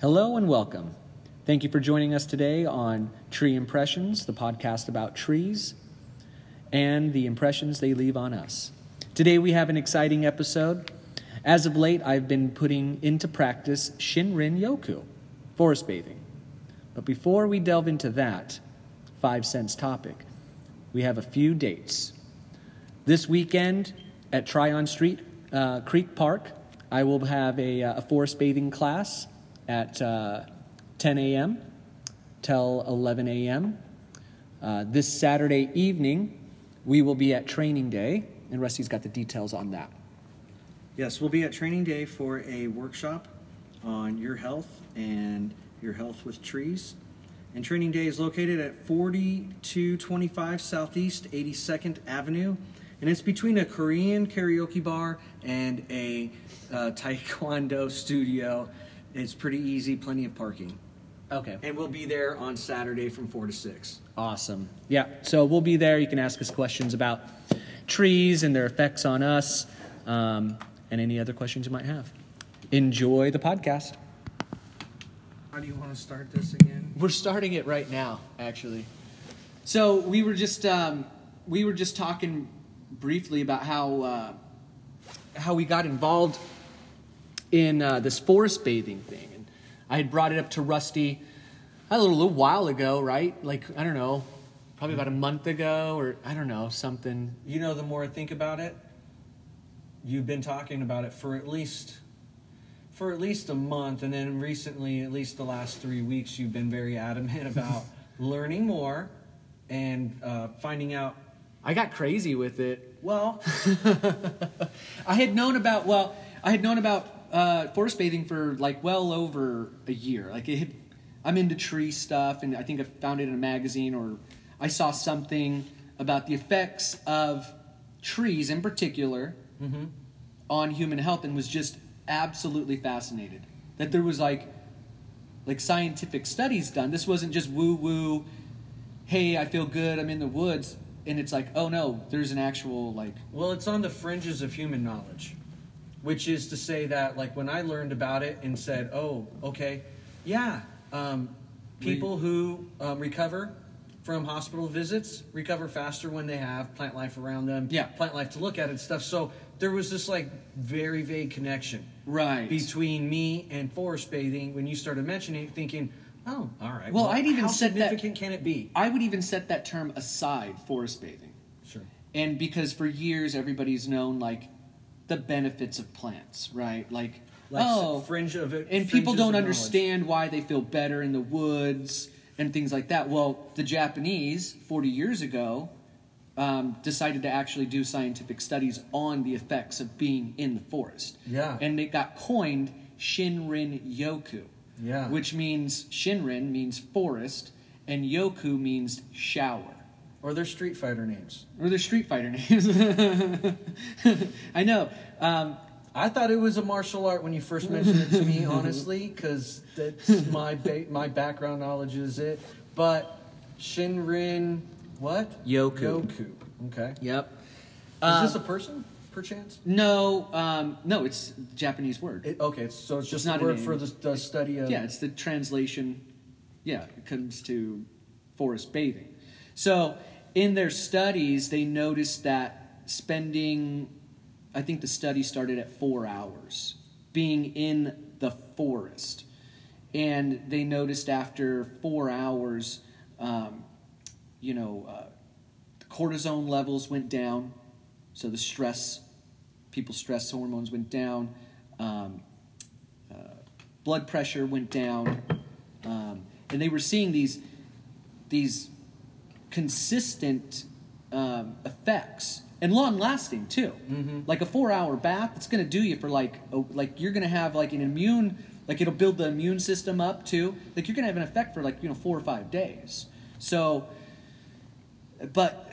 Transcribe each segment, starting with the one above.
Hello and welcome. Thank you for joining us today on Tree Impressions, the podcast about trees and the impressions they leave on us. Today we have an exciting episode. As of late, I've been putting into practice Shinrin Yoku, forest bathing. But before we delve into that five cents topic, we have a few dates. This weekend at Tryon Street uh, Creek Park, I will have a, uh, a forest bathing class at uh, 10 a.m. till 11 a.m. Uh, this Saturday evening, we will be at training day, and Rusty's got the details on that. Yes, we'll be at training day for a workshop on your health and your health with trees. And training day is located at 4225 Southeast 82nd Avenue. And it's between a Korean karaoke bar and a uh, taekwondo studio. It's pretty easy, plenty of parking. Okay. And we'll be there on Saturday from 4 to 6. Awesome. Yeah. So we'll be there. You can ask us questions about trees and their effects on us um, and any other questions you might have. Enjoy the podcast. How do you want to start this again? We're starting it right now, actually. So we were just um, we were just talking briefly about how uh, how we got involved in uh, this forest bathing thing, and I had brought it up to Rusty a little, little while ago, right? Like I don't know, probably about a month ago, or I don't know something. You know, the more I think about it, you've been talking about it for at least for at least a month, and then recently, at least the last three weeks, you've been very adamant about learning more and uh, finding out. I got crazy with it. Well, I had known about well, I had known about uh, forest bathing for like well over a year. Like it, had, I'm into tree stuff, and I think I found it in a magazine or I saw something about the effects of trees in particular on human health, and was just absolutely fascinated that there was like like scientific studies done. This wasn't just woo woo. Hey, I feel good. I'm in the woods, and it's like, oh no, there's an actual like well, it's on the fringes of human knowledge, which is to say that, like, when I learned about it and said, "Oh, okay, yeah, um, people who um, recover." From hospital visits, recover faster when they have plant life around them. Yeah. plant life to look at and stuff. So there was this like very vague connection right. between me and forest bathing when you started mentioning it, thinking, oh, all right. Well, I'd even how said that- significant can it be? I would even set that term aside, forest bathing. Sure. And because for years everybody's known like the benefits of plants, right? Like, Like oh, s- fringe of it. and people fringes don't of knowledge. understand why they feel better in the woods and things like that. Well, the Japanese 40 years ago um, decided to actually do scientific studies on the effects of being in the forest. Yeah. And it got coined Shinrin Yoku. Yeah. Which means Shinrin means forest and Yoku means shower. Or their Street Fighter names. Or their Street Fighter names. I know. Um, I thought it was a martial art when you first mentioned it to me, honestly, because that's my ba- my background knowledge is it. But Shinrin, what? Yoku. Yoku. Okay. yep. Um, is this a person, perchance? No, um, no, it's a Japanese word. It, okay, it's- so it's just not a a word name. for the, the study of. yeah, it's the translation. Yeah, it comes to forest bathing. So, in their studies, they noticed that spending, I think the study started at four hours, being in the forest. And they noticed after four hours, um, you know, uh, the cortisone levels went down. So, the stress, people's stress hormones went down. Um, blood pressure went down, um, and they were seeing these these consistent um, effects and long lasting too. Like a four hour bath, it's going to do you for like a, like you're going to have like an immune like it'll build the immune system up too. Like you're going to have an effect for like you know four or five days. So, but.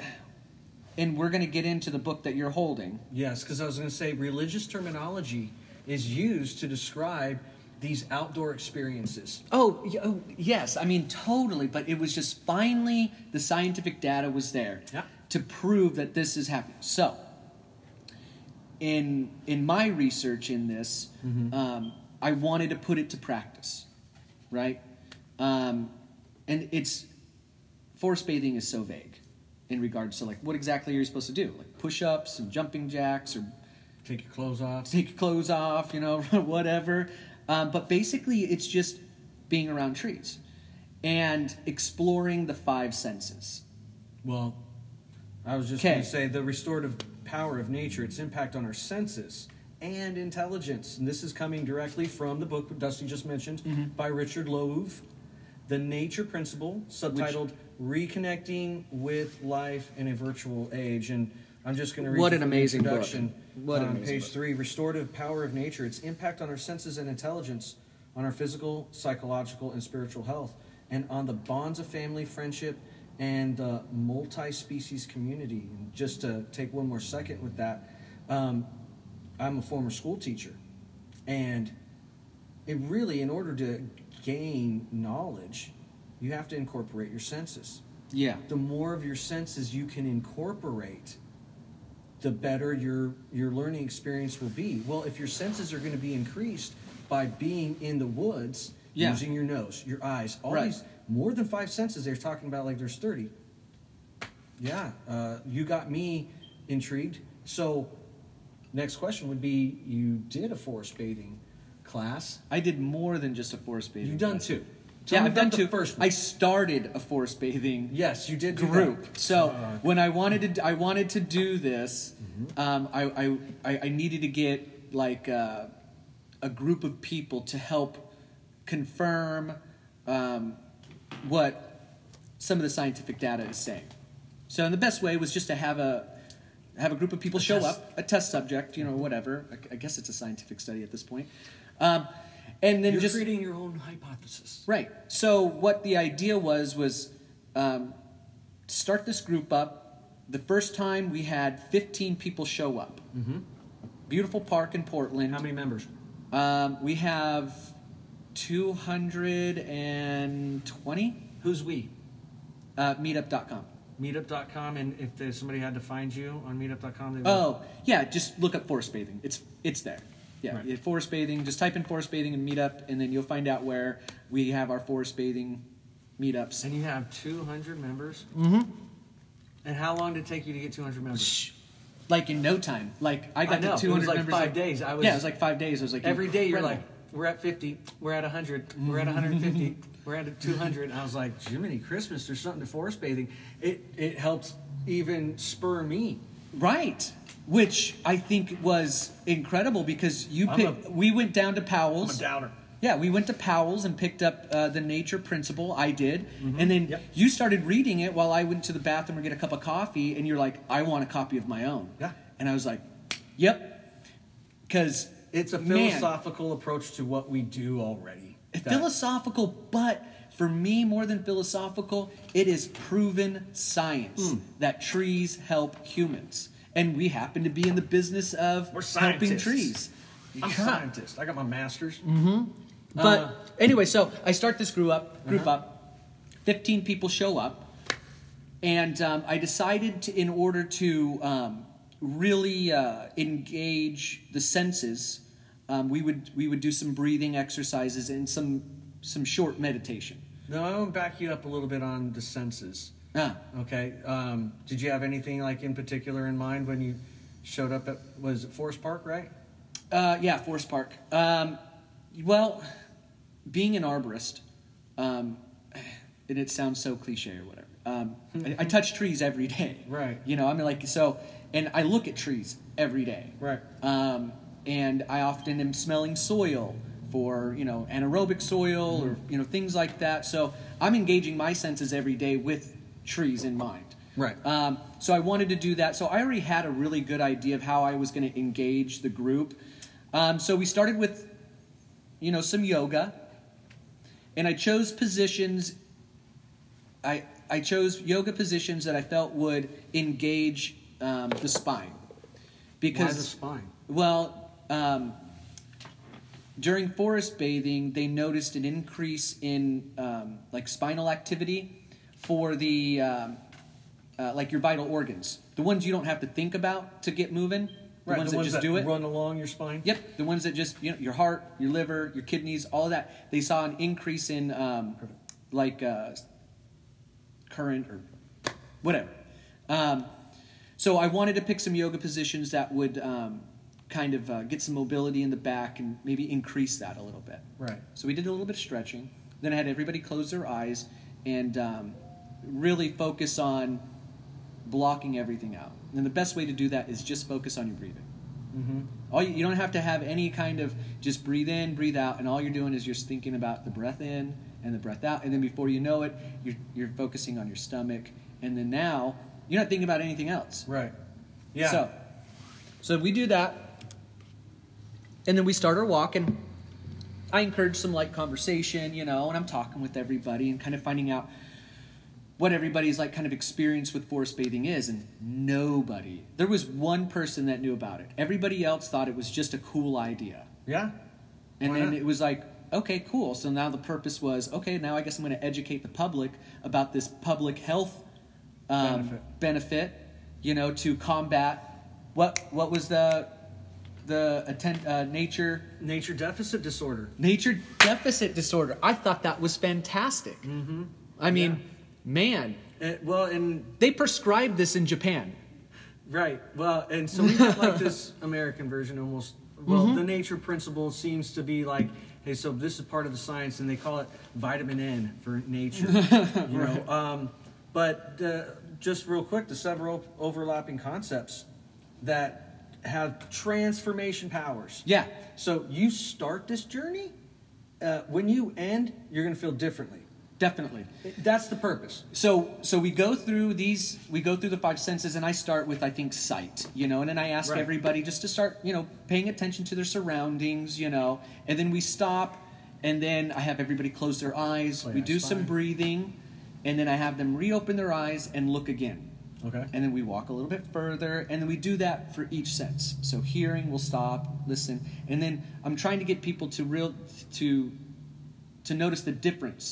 And we're going to get into the book that you're holding. Yes, because I was going to say religious terminology is used to describe these outdoor experiences. Oh, y- oh, yes. I mean, totally. But it was just finally the scientific data was there Yeah. to prove that this is happening. So, in in my research in this, um, I wanted to put it to practice. right? Um, and it's forest bathing is so vague in regards to like what exactly are you supposed to do? Like push-ups and jumping jacks or Take your clothes off. take your clothes off, you know, whatever. Um, but basically, it's just being around trees and exploring the five senses. Well, I was just Okay. going to say the restorative power of nature, its impact on our senses and intelligence. And this is coming directly from the book that Dusty just mentioned by Richard Loewe, The Nature Principle, subtitled Reconnecting with Life in a Virtual Age. And I'm just going to read What you an from the amazing book. introduction What an on amazing page book. three Restorative Power of Nature, its impact on our senses and intelligence, on our physical, psychological, and spiritual health, and on the bonds of family, friendship, and the multi species community. And just to take one more second with that, um, I'm a former school teacher, and it really, in order to gain knowledge, you have to incorporate your senses Yeah. the more of your senses you can incorporate, the better your your learning experience will be. Well, if your senses are going to be increased by being in the woods, Yeah. using your nose, your eyes, all Right. these more than five senses, they're talking about like there's thirty. Yeah, uh, you got me intrigued. So, next question would be: You did a forest bathing class. I did more than just a forest bathing. You've done class. two. yeah, me I've about done the two. First, one. I started a forest bathing yes, you did do that. group. So Uh, when I wanted to, I wanted to do this. Mm-hmm. Um, I, I- I I needed to get like uh, a group of people to help confirm um, what some of the scientific data is saying. So and the best way was just to have a have a group of people show test. Mm-hmm. up, a test subject, you know, whatever. I, I guess it's a scientific study at this point. Um, and then you're just creating your own hypothesis. Right. So what the idea was was um, start this group up. The first time we had 15 people show up. Mm-hmm. Beautiful park in Portland. How many members? Um, we have 220 Who's we? uh, meetup.com. Mm-hmm. Meetup.com, and if there's somebody had to find you on Meetup.com, they would. Oh yeah, just look up forest bathing. It's it's there. Yeah, Right. yeah, forest bathing. Just type in forest bathing and meetup, and then you'll find out where we have our forest bathing meetups. And you have 200 members. Mm-hmm. And how long did it take you to get 200 members? like in no time. Like I got I know. to It 200 was like members, five days. I was- yeah, it was like five days. I was like Every day you're like, incredible. we're at 50, we're at 100, we're at 150, Mm-hmm. we're at 200. And I was like, Jiminy Christmas, there's something to forest bathing. It it helps even spur me. right, which I think was incredible because you I'm picked. a- we went down to Powell's. doubter. yeah, we went to Powell's and picked up uh, the Nature Principle. I did, and then Mm-hmm. Yep. you started reading it while I went to the bathroom or get a cup of coffee, and you're like, "I want a copy of my own." Yeah. and I was like, "Yep," because It's a philosophical approach to what we do already. That- philosophical, but for me, more than philosophical, it is proven science Hmm. that trees help humans, and we happen to be in the business of We're helping scientists. trees. I'm a Yeah. scientist. I got my master's. But Uh, anyway, so I start this group up. Group Uh-huh. up. Fifteen people show up, and um, I decided to, in order to um, really uh, engage the senses, um, we would we would do some breathing exercises and some some short meditation. No, I want to back you up a little bit on the senses. Ah. Okay. Um, did you have anything like in particular in mind when you showed up at was it Forest Park, right? Uh, yeah, Forest Park. Um, well, being an arborist, um, and it sounds so cliche or whatever. Um, I, I touch trees every day. Right. You know, I'm like so, and I look at trees every day. Right. Um, and I often am smelling soil for you know anaerobic soil or Mm-hmm. you know things like that. So I'm engaging my senses every day with trees in mind. Right. Um, so I wanted to do that. So I already had a really good idea of how I was going to engage the group. Um, so we started with, you know, some yoga, and I chose positions. I I chose yoga positions that I felt would engage um, the spine, Why the because spine? well, um, during forest bathing, they noticed an increase in um, like spinal activity for the um, uh, like your vital organs, the ones you don't have to think about to get moving, the ones that just do it. run along your spine. Yep, the ones that just you know your heart, your liver, your kidneys, all of that. They saw an increase in um, like uh, current or whatever. Um, so I wanted to pick some yoga positions that would um, kind of uh, get some mobility in the back and maybe increase that a little bit. Right. So we did a little bit of stretching. Then I had everybody close their eyes and um, really focus on blocking everything out. And the best way to do that is just focus on your breathing. All you, you don't have to have any kind of just breathe in, breathe out, and all you're doing is just thinking about the breath in and the breath out, and then before you know it, you're you're focusing on your stomach, and then now you're not thinking about anything else. Right. Yeah. So, so we do that, and then we start our walk, and I encourage some light conversation, you know, and I'm talking with everybody and kind of finding out what everybody's like kind of experience with forest bathing is and nobody there was one person that knew about it everybody else thought it was just a cool idea yeah. and Why then not? it was like okay cool so now the purpose was okay now i guess i'm going to educate the public about this public health um, benefit. Benefit. you know to combat what what was the the atten- uh, nature Nature deficit disorder. nature deficit disorder i thought that was fantastic mm-hmm. i mean man Uh, well, and they prescribed this in japan Right. Well, and so we have like this American version almost. Well, the nature principle seems to be like, hey, so this is part of the science, and they call it vitamin N for nature. you know, um, But uh, just real quick, the several overlapping concepts that have transformation powers. yeah So you start this journey. Uh, when you end, you're going to feel differently. definitely That's the purpose. so so we go through these we go through the five senses and i start with i think sight you know and then i ask Right. everybody just to start you know paying attention to their surroundings you know and then we stop and then i have everybody close their eyes we nice do some Oh, fine. breathing and then i have them reopen their eyes and look again Okay. and then we walk a little bit further and then we do that for each sense so hearing we'll stop listen and then i'm trying to get people to real to to notice the difference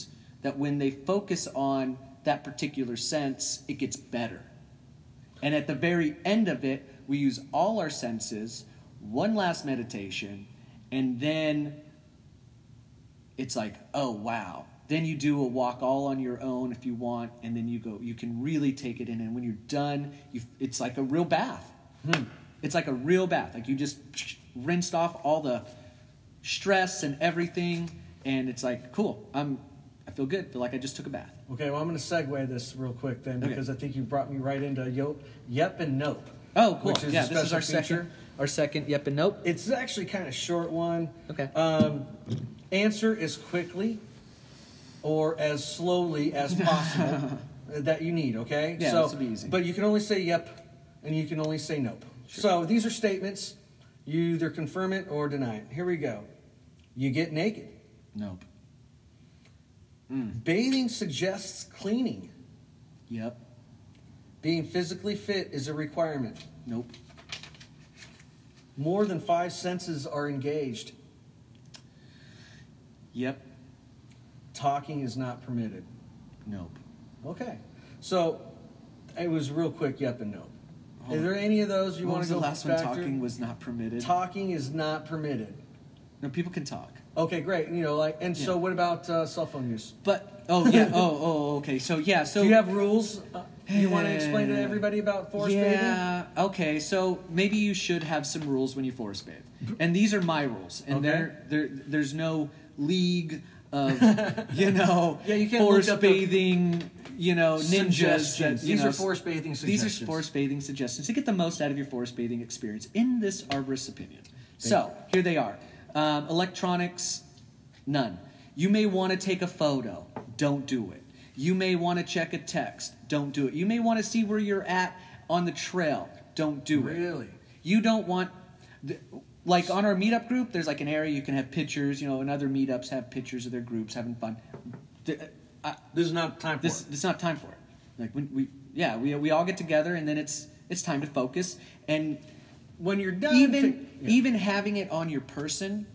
that when they focus on that particular sense it gets better and at the very end of it we use all our senses one last meditation and then it's like oh wow then you do a walk all on your own if you want and then you go you can really take it in and when you're done you it's like a real bath Hmm. it's like a real bath like you just rinsed off all the stress and everything and it's like cool i'm i feel good feel like i just took a bath Okay. Well, I'm going to segue this real quick then Okay. because I think you brought me right into yo- yep and nope. oh cool Which is yeah a this is special our second feature. our second yep and nope It's actually kind of short one. Okay. Um, answer as quickly or as slowly as possible that you need. Okay. Yeah, so, this will be easy. But you can only say yep, and you can only say nope. So these are statements. You either confirm it or deny it. Here we go. You get naked. nope Hmm. Bathing suggests cleaning. yep Being physically fit is a requirement. nope More than five senses are engaged. yep Talking is not permitted. nope Okay. So it was real quick, yep and nope. Oh. Is there any of those you what want was to go the last one back talking through? was not permitted Talking is not permitted. no people can talk Okay, great. You know, like, and so Yeah. what about uh, cell phone use? but oh yeah oh oh okay so yeah so Do you have rules? Uh, you want to explain to everybody about forest bathing? yeah. Okay. So maybe you should have some rules when you forest bathe, and these are my rules, and Okay. there there there's no league of you know Yeah, you can't look forest up the bathing you know ninjas. That, Suggestions. you These know, are forest bathing These suggestions. are forest bathing suggestions to get the most out of your forest bathing experience. In this arborist's opinion, so here they are: um, electronics, none. You may want to take a photo. Don't do it. You may want to check a text. Don't do it. You may want to see where you're at on the trail. Don't do it. Really? You don't want, th- like on our meetup group, there's like an area you can have pictures. You know, and other meetups have pictures of their groups having fun. Th- I- This is not time for this it. it's not time for it. Like when we yeah we we all get together and then it's it's time to focus and When you're done, even take- yeah. even having it on your person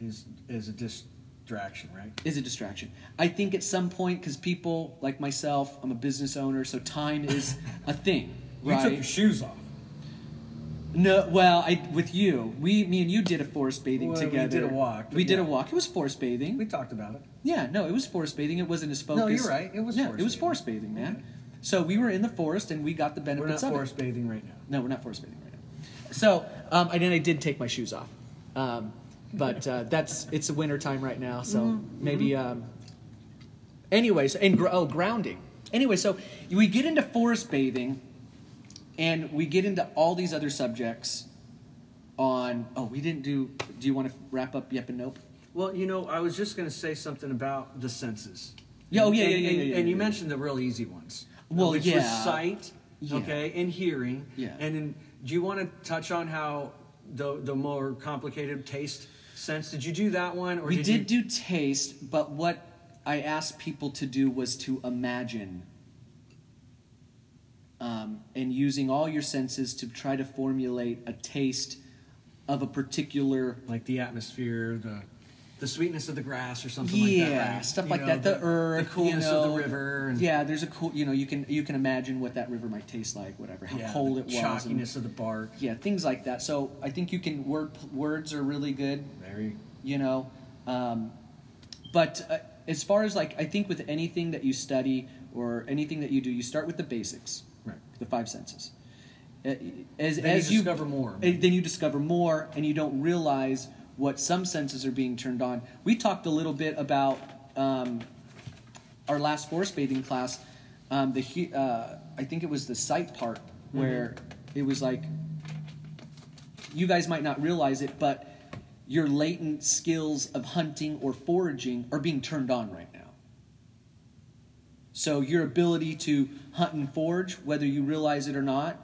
is is a distraction, right? is a distraction. I think at some point because people like myself, I'm a business owner, so time is a thing. You right? took your shoes off. No, well, I with you, we, me and you did a forest bathing Well, we together. did a walk, but We did a yeah. walk. It was forest bathing. We talked about it. Yeah, no, it was forest bathing. It wasn't as focused. No, you're right. It was yeah, forest it was bathing. forest bathing, man. So we were in the forest and we got the We're not benefits of forest it. bathing right now. No, we're not forest bathing right now. So, um, and then I did take my shoes off, um, but uh, that's it's the winter time right now, so maybe. Um, anyways, and gr- oh, grounding. Anyway, so we get into forest bathing, and we get into all these other subjects. On oh, we didn't do. Do you want to wrap up? Yep and nope. Well, you know, I was just going to say something about the senses. Yeah, oh, yeah, and, yeah, yeah, and, yeah, yeah, and you yeah. mentioned the real easy ones. Well, which yeah. was sight, Yeah. okay, and hearing. Yeah. And then, do you want to touch on how the the more complicated taste sense? Did you do that one, or we did, did you, do taste, but what I asked people to do was to imagine um, and using all your senses to try to formulate a taste of a particular like the atmosphere, the the sweetness of the grass, or something yeah like that? right? stuff You like know, that the, earth the coolness you know, of the river, and yeah there's a cool you know you can you can imagine what that river might taste like whatever how yeah, cold the it was and- chalkiness of the bark. yeah things like that so i think you can word words are really good Very you know um, but uh, as far as like i think with anything that you study or anything that you do you start with the basics right. the five senses Uh, as, Then as you discover more. and then you discover more and you don't realize what some senses are being turned on we talked a little bit about um, our last forest bathing class um, the hu- uh, i think it was the sight part Mm-hmm. where it was like you guys might not realize it but your latent skills of hunting or foraging are being turned on right now so your ability to hunt and forge, whether you realize it or not,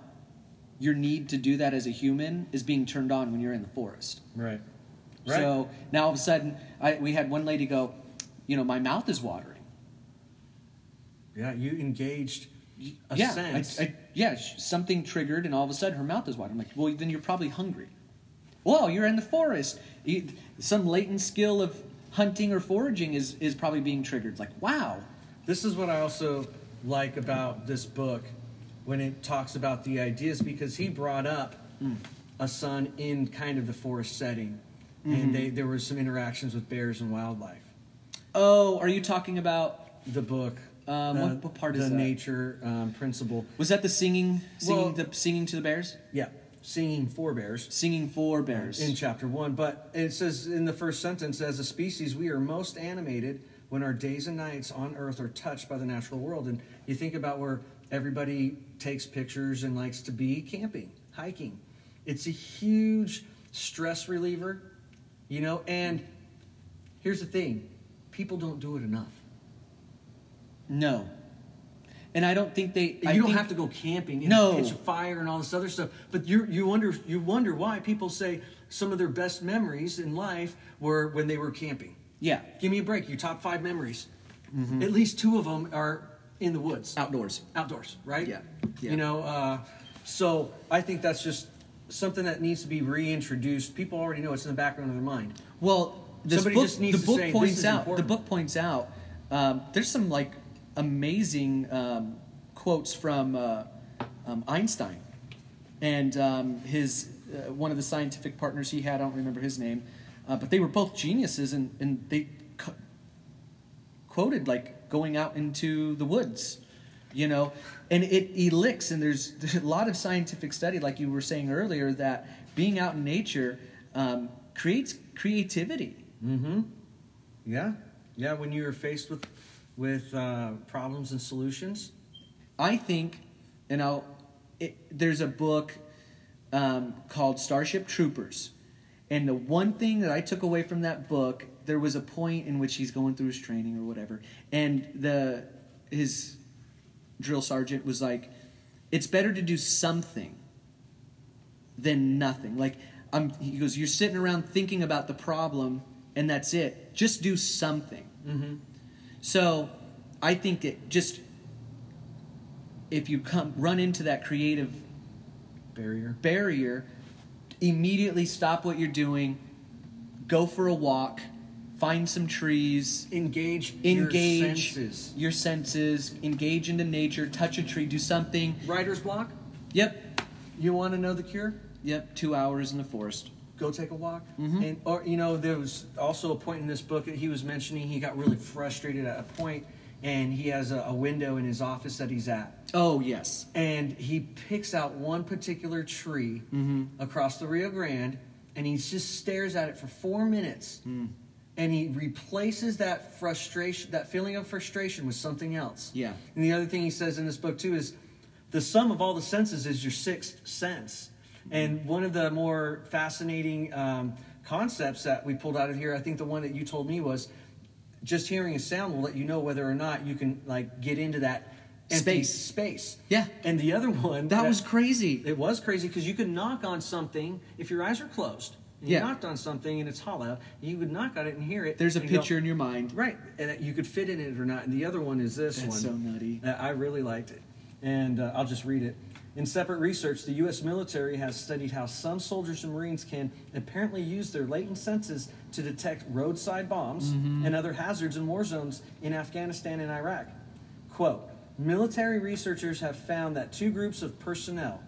your need to do that as a human is being turned on when you're in the forest. Right. So now all of a sudden, I, we had one lady go, you know, my mouth is watering. Yeah, you engaged a yeah, I- sense. I- yeah, sh- something triggered, and all of a sudden her mouth is watering. I'm like, well, then you're probably hungry. Well, you're in the forest. You, some latent skill of hunting or foraging is is probably being triggered. Like, wow, this is what I also like about this book when it talks about the ideas because he brought up a son in kind of the forest setting, Mm-hmm. and they, there was some interactions with bears and wildlife. oh, are you talking about? The book, uh, Um, what- what part the is that? nature um, principle? Was that the singing, singing Well- the singing to the bears? Yeah, singing for bears. singing for bears. in chapter one. But it says in the first sentence, as a species, we are most animated when our days and nights on Earth are touched by the natural world. And you think about where everybody takes pictures and likes to be camping, hiking. It's a huge stress reliever, you know. And here's the thing people don't do it enough. no, and I don't think they. You I don't think- have to go camping and No. catch a fire and all this other stuff. But you you wonder you wonder why people say some of their best memories in life were when they were camping. Yeah, Give me a break. Your top five memories. Mm-hmm. At least two of them are in the woods, outdoors. outdoors, right? Yeah. Yeah. You know, uh, so I think that's just something that needs to be reintroduced. People already know it's in the background of their mind. Well, this Somebody book, just needs the to book say, this points is out. important. The book points out. Um, there's some like amazing um, quotes from uh, um, Einstein and um, his uh, one of the scientific partners he had. I don't remember his name, uh, but they were both geniuses, and and they co- quoted like going out into the woods you know and it elicts and there's, there's a lot of scientific study like you were saying earlier that being out in nature um, creates creativity Yeah. Yeah. When you're faced with with uh, problems and solutions, i think and i'll it, there's a book um, called starship troopers and the one thing that i took away from that book there was a point in which he's going through his training or whatever and the his drill sergeant was like, "It's better to do something than nothing." Like, I'm, he goes, "You're sitting around thinking about the problem, and that's it. Just do something." So, I think it just if you come run into that creative barrier. barrier, immediately stop what you're doing, go for a walk, find some trees Engage. Your engage senses. your senses, engage into nature, touch a tree, do something. Writer's block. Yep. You want to know the cure? Yep, two hours in the forest. go take a walk. And or you know, there was also a point in this book that he was mentioning he got really frustrated at a point, and he has a, a window in his office that he's at, Oh yes, and he picks out one particular tree Mm-hmm. across the Rio Grande, and he just stares at it for four minutes. Mm. And he replaces that frustration, that feeling of frustration, with something else. Yeah. And the other thing he says in this book too is, the sum of all the senses is your sixth sense. And Mm-hmm. one of the more fascinating um, concepts that we pulled out of here, I think the one that you told me was, just hearing a sound will let you know whether or not you can like get into that empty Space. space. Yeah. And the other one that was crazy. it was crazy because you could knock on something if your eyes are closed. And Yeah. You knocked on something and it's hollow. You would knock on it and hear it. There's a and you go, picture in your mind. right, and that you could fit in it or not. And the other one is this That's so one. nutty. Uh, I really liked it, and uh, I'll just read it. In separate research, the U.S. military has studied how some soldiers and Marines can apparently use their latent senses to detect roadside bombs Mm-hmm. and other hazards in war zones in Afghanistan and Iraq. Quote Military researchers have found that two groups of personnel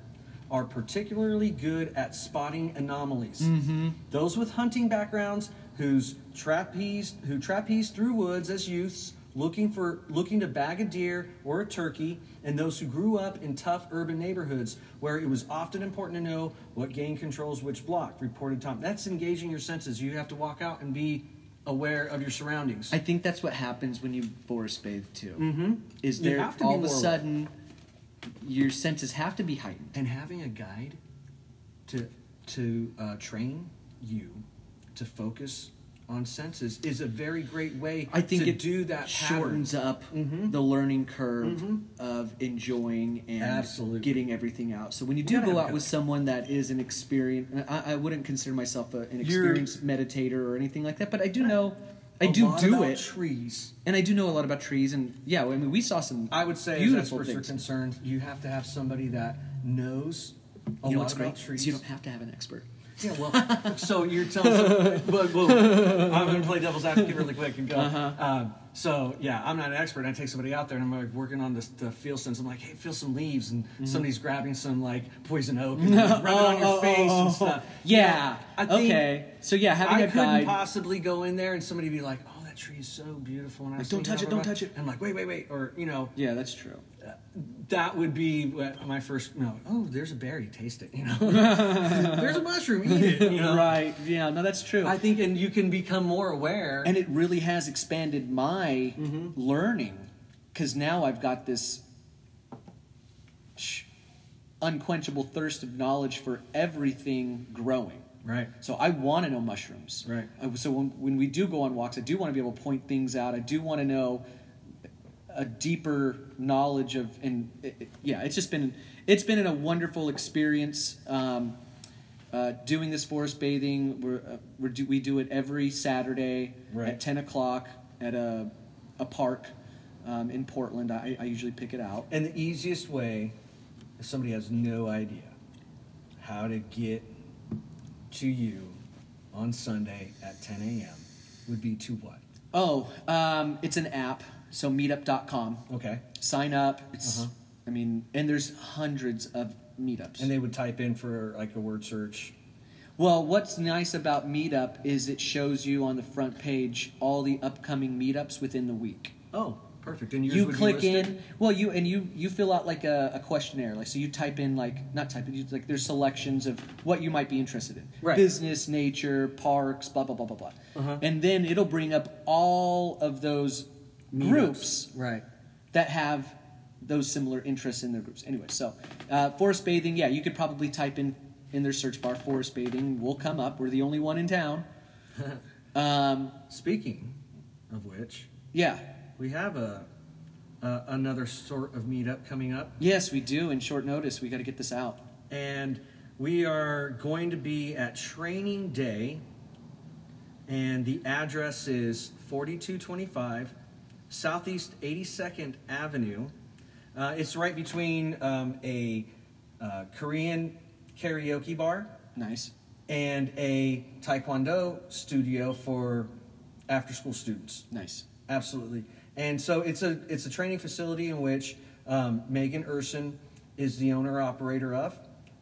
are particularly good at spotting anomalies. Mm-hmm. Those with hunting backgrounds whose trapeze who trapeze through woods as youths looking for looking to bag a deer or a turkey and those who grew up in tough urban neighborhoods where it was often important to know what game controls which block reported tom that's engaging your senses you have to walk out and be aware of your surroundings I think that's what happens when you forest bathe too. Mm-hmm. Is You there have to all be of a more aware. sudden your senses have to be heightened? and having a guide to to uh, train you to focus on senses is a very great way I think to it do that pattern. Mm-hmm. shortens up the learning curve of enjoying and Absolutely. getting everything out. So when you We do go gotta have out with guys. someone that is an experienced, I, I wouldn't consider myself a, an You're- experienced meditator or anything like that, but I do know, I A do lot do about it, Trees. and I do know a lot about trees. And yeah, I mean, we saw some. I would say, beautiful as experts are things. concerned, you have to have somebody that knows a You know lot what's about great? trees. Is you don't have to have an expert. Yeah, well, so you're telling. some- but, but- I'm going to play devil's advocate really quick and go. Um, so yeah, I'm not an expert. I take somebody out there and I'm like working on the, the feel sense. I'm like, hey, feel some leaves, and somebody's grabbing some like poison oak and rubbing it on your Oh, oh, face oh, oh. and stuff. Yeah. You know, I think okay. So yeah, having I a couldn't guide. possibly go in there and somebody be like, oh, that tree is so beautiful. And I Like, don't see how touch it, don't about- touch it. I'm like, wait, wait, wait, or you know, yeah, that's true. that would be what my first no. Oh, there's a berry. Taste it. You know, there's a mushroom. Eat it. You know, Right? Yeah. No, that's true. I think, and you can become more aware. and it really has expanded my learning because now i've got this sh- unquenchable thirst of knowledge for everything growing right. so i want to know mushrooms Right. I, so when, when we do go on walks i do want to be able to point things out i do want to know a deeper knowledge of and it, it- yeah it's just been it's been a wonderful experience um, uh, doing this forest bathing we're, uh, we're do, we do it every saturday Right. at 10 o'clock at a, a park um, in portland I, I usually pick it out And the easiest way, if somebody has no idea how to get to you on Sunday at 10 a.m., would be to what? oh um, it's an app so meetup.com Okay. sign up it's i mean and there's hundreds of meetups Uh-huh. And they would type in for like a word search. Well, what's nice about Meetup is it shows you on the front page all the upcoming meetups within the week. Oh, perfect. And yours you would be click listed? in, well, you and you you fill out like a, a questionnaire, like so you type in like not type in, you, like there's selections of what you might be interested in, Right. Uh-huh. business, nature, parks, blah blah blah blah blah, and then it'll bring up all of those groups Right. that have those similar interests in their groups. Anyway, so uh, forest bathing, yeah, you could probably type in in their search bar forest bathing. We'll come up. We're the only one in town. Um, Speaking of which, yeah, we have a, a another sort of meetup coming up. yes, we do. In short notice, we got to get this out. and we are going to be at training day and the address is 4225 southeast 82nd avenue uh, it's right between um, a uh, korean karaoke bar Nice. and a taekwondo studio for after school students Nice. Absolutely. And so it's a it's a training facility in which um, Megan Urson is the owner operator of,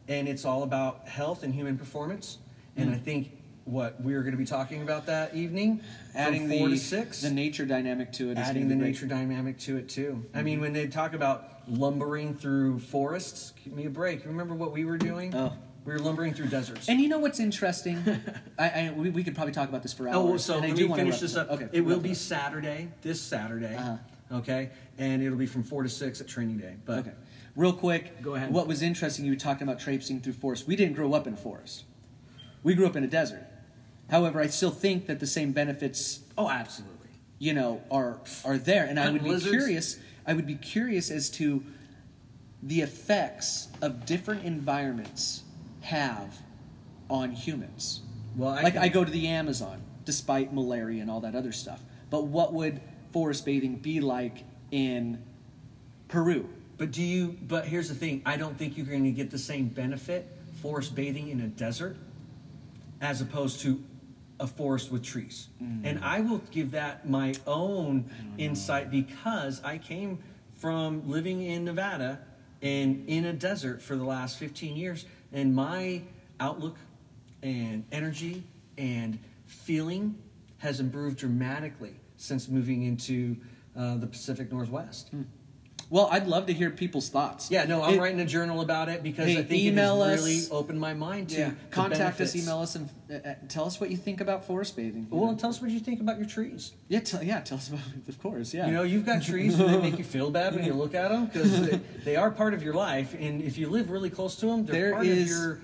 and it's all about health and human performance. And Hmm. I think what we're going to be talking about that evening, Adding from four the to six, the nature dynamic to it. is adding gonna the be great. Mm-hmm. nature dynamic to it too. I mean, when they talk about lumbering through forests, give me a break. Remember what we were doing? Oh. We were lumbering through deserts. And you know what's interesting? I, I we, we could probably talk about this for hours. Oh, well, well, so and I let do me wanna finish wrap this up. up. Okay, it will wrap be up. Saturday, this Saturday. Uh-huh. Okay, and it'll be from four to six at training day. But Okay. Real quick. Go ahead. What was interesting, you were talking about traipsing through forests. We didn't grow up in a forest. We grew up in a desert. However, I still think that the same benefits, oh, absolutely. you know, are are there. And I And would lizards. be curious. I would be curious as to the effects of different environments have on humans. Well, I like can- I go to the Amazon, despite malaria and all that other stuff. But what would forest bathing be like in Peru? But do you? But here's the thing: I don't think you're going to get the same benefit forest bathing in a desert as opposed to a forest with trees. And I will give that my own insight because I came from living in Nevada and in a desert for the last 15 years, and my outlook and energy and feeling has improved dramatically since moving into uh, the Pacific Northwest. Well, I'd love to hear people's thoughts. Yeah, no, I'm It- writing a journal about it because Hey, I think email it us. has really opened my mind to Yeah. the Contact benefits. us, email us, and uh, uh, tell us what you think about forest bathing. you Well, know? and tell us what you think about your trees. yeah, tell, yeah, tell us about it, of course. Yeah, You know, you've got trees and they make you feel bad when you look at them because they, they are part of your life, and if you live really close to them, they're There part is- of your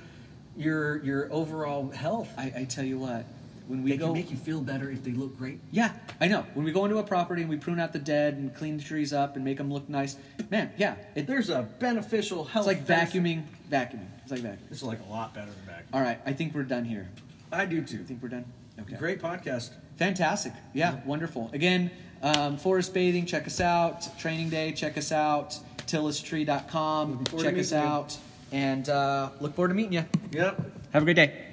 your your overall health. I, I tell you what, when we they go, can make you feel better if they look great. yeah, I know. When we go into a property and we prune out the dead and clean the trees up and make them look nice, man, yeah, it, There's a beneficial health. it's like benefit- vacuuming, vacuuming. It's like vacuuming. This is like a lot better than vacuum. All right, I think we're done here. I do I too. think we're done. Okay. Great podcast. Fantastic. Yeah, wonderful. Again, um, forest bathing, check us out. Training day, check us out. Tillistree.com, Looking forward to check us meeting you. out. And uh, look forward to meeting you. Yep. Have a great day.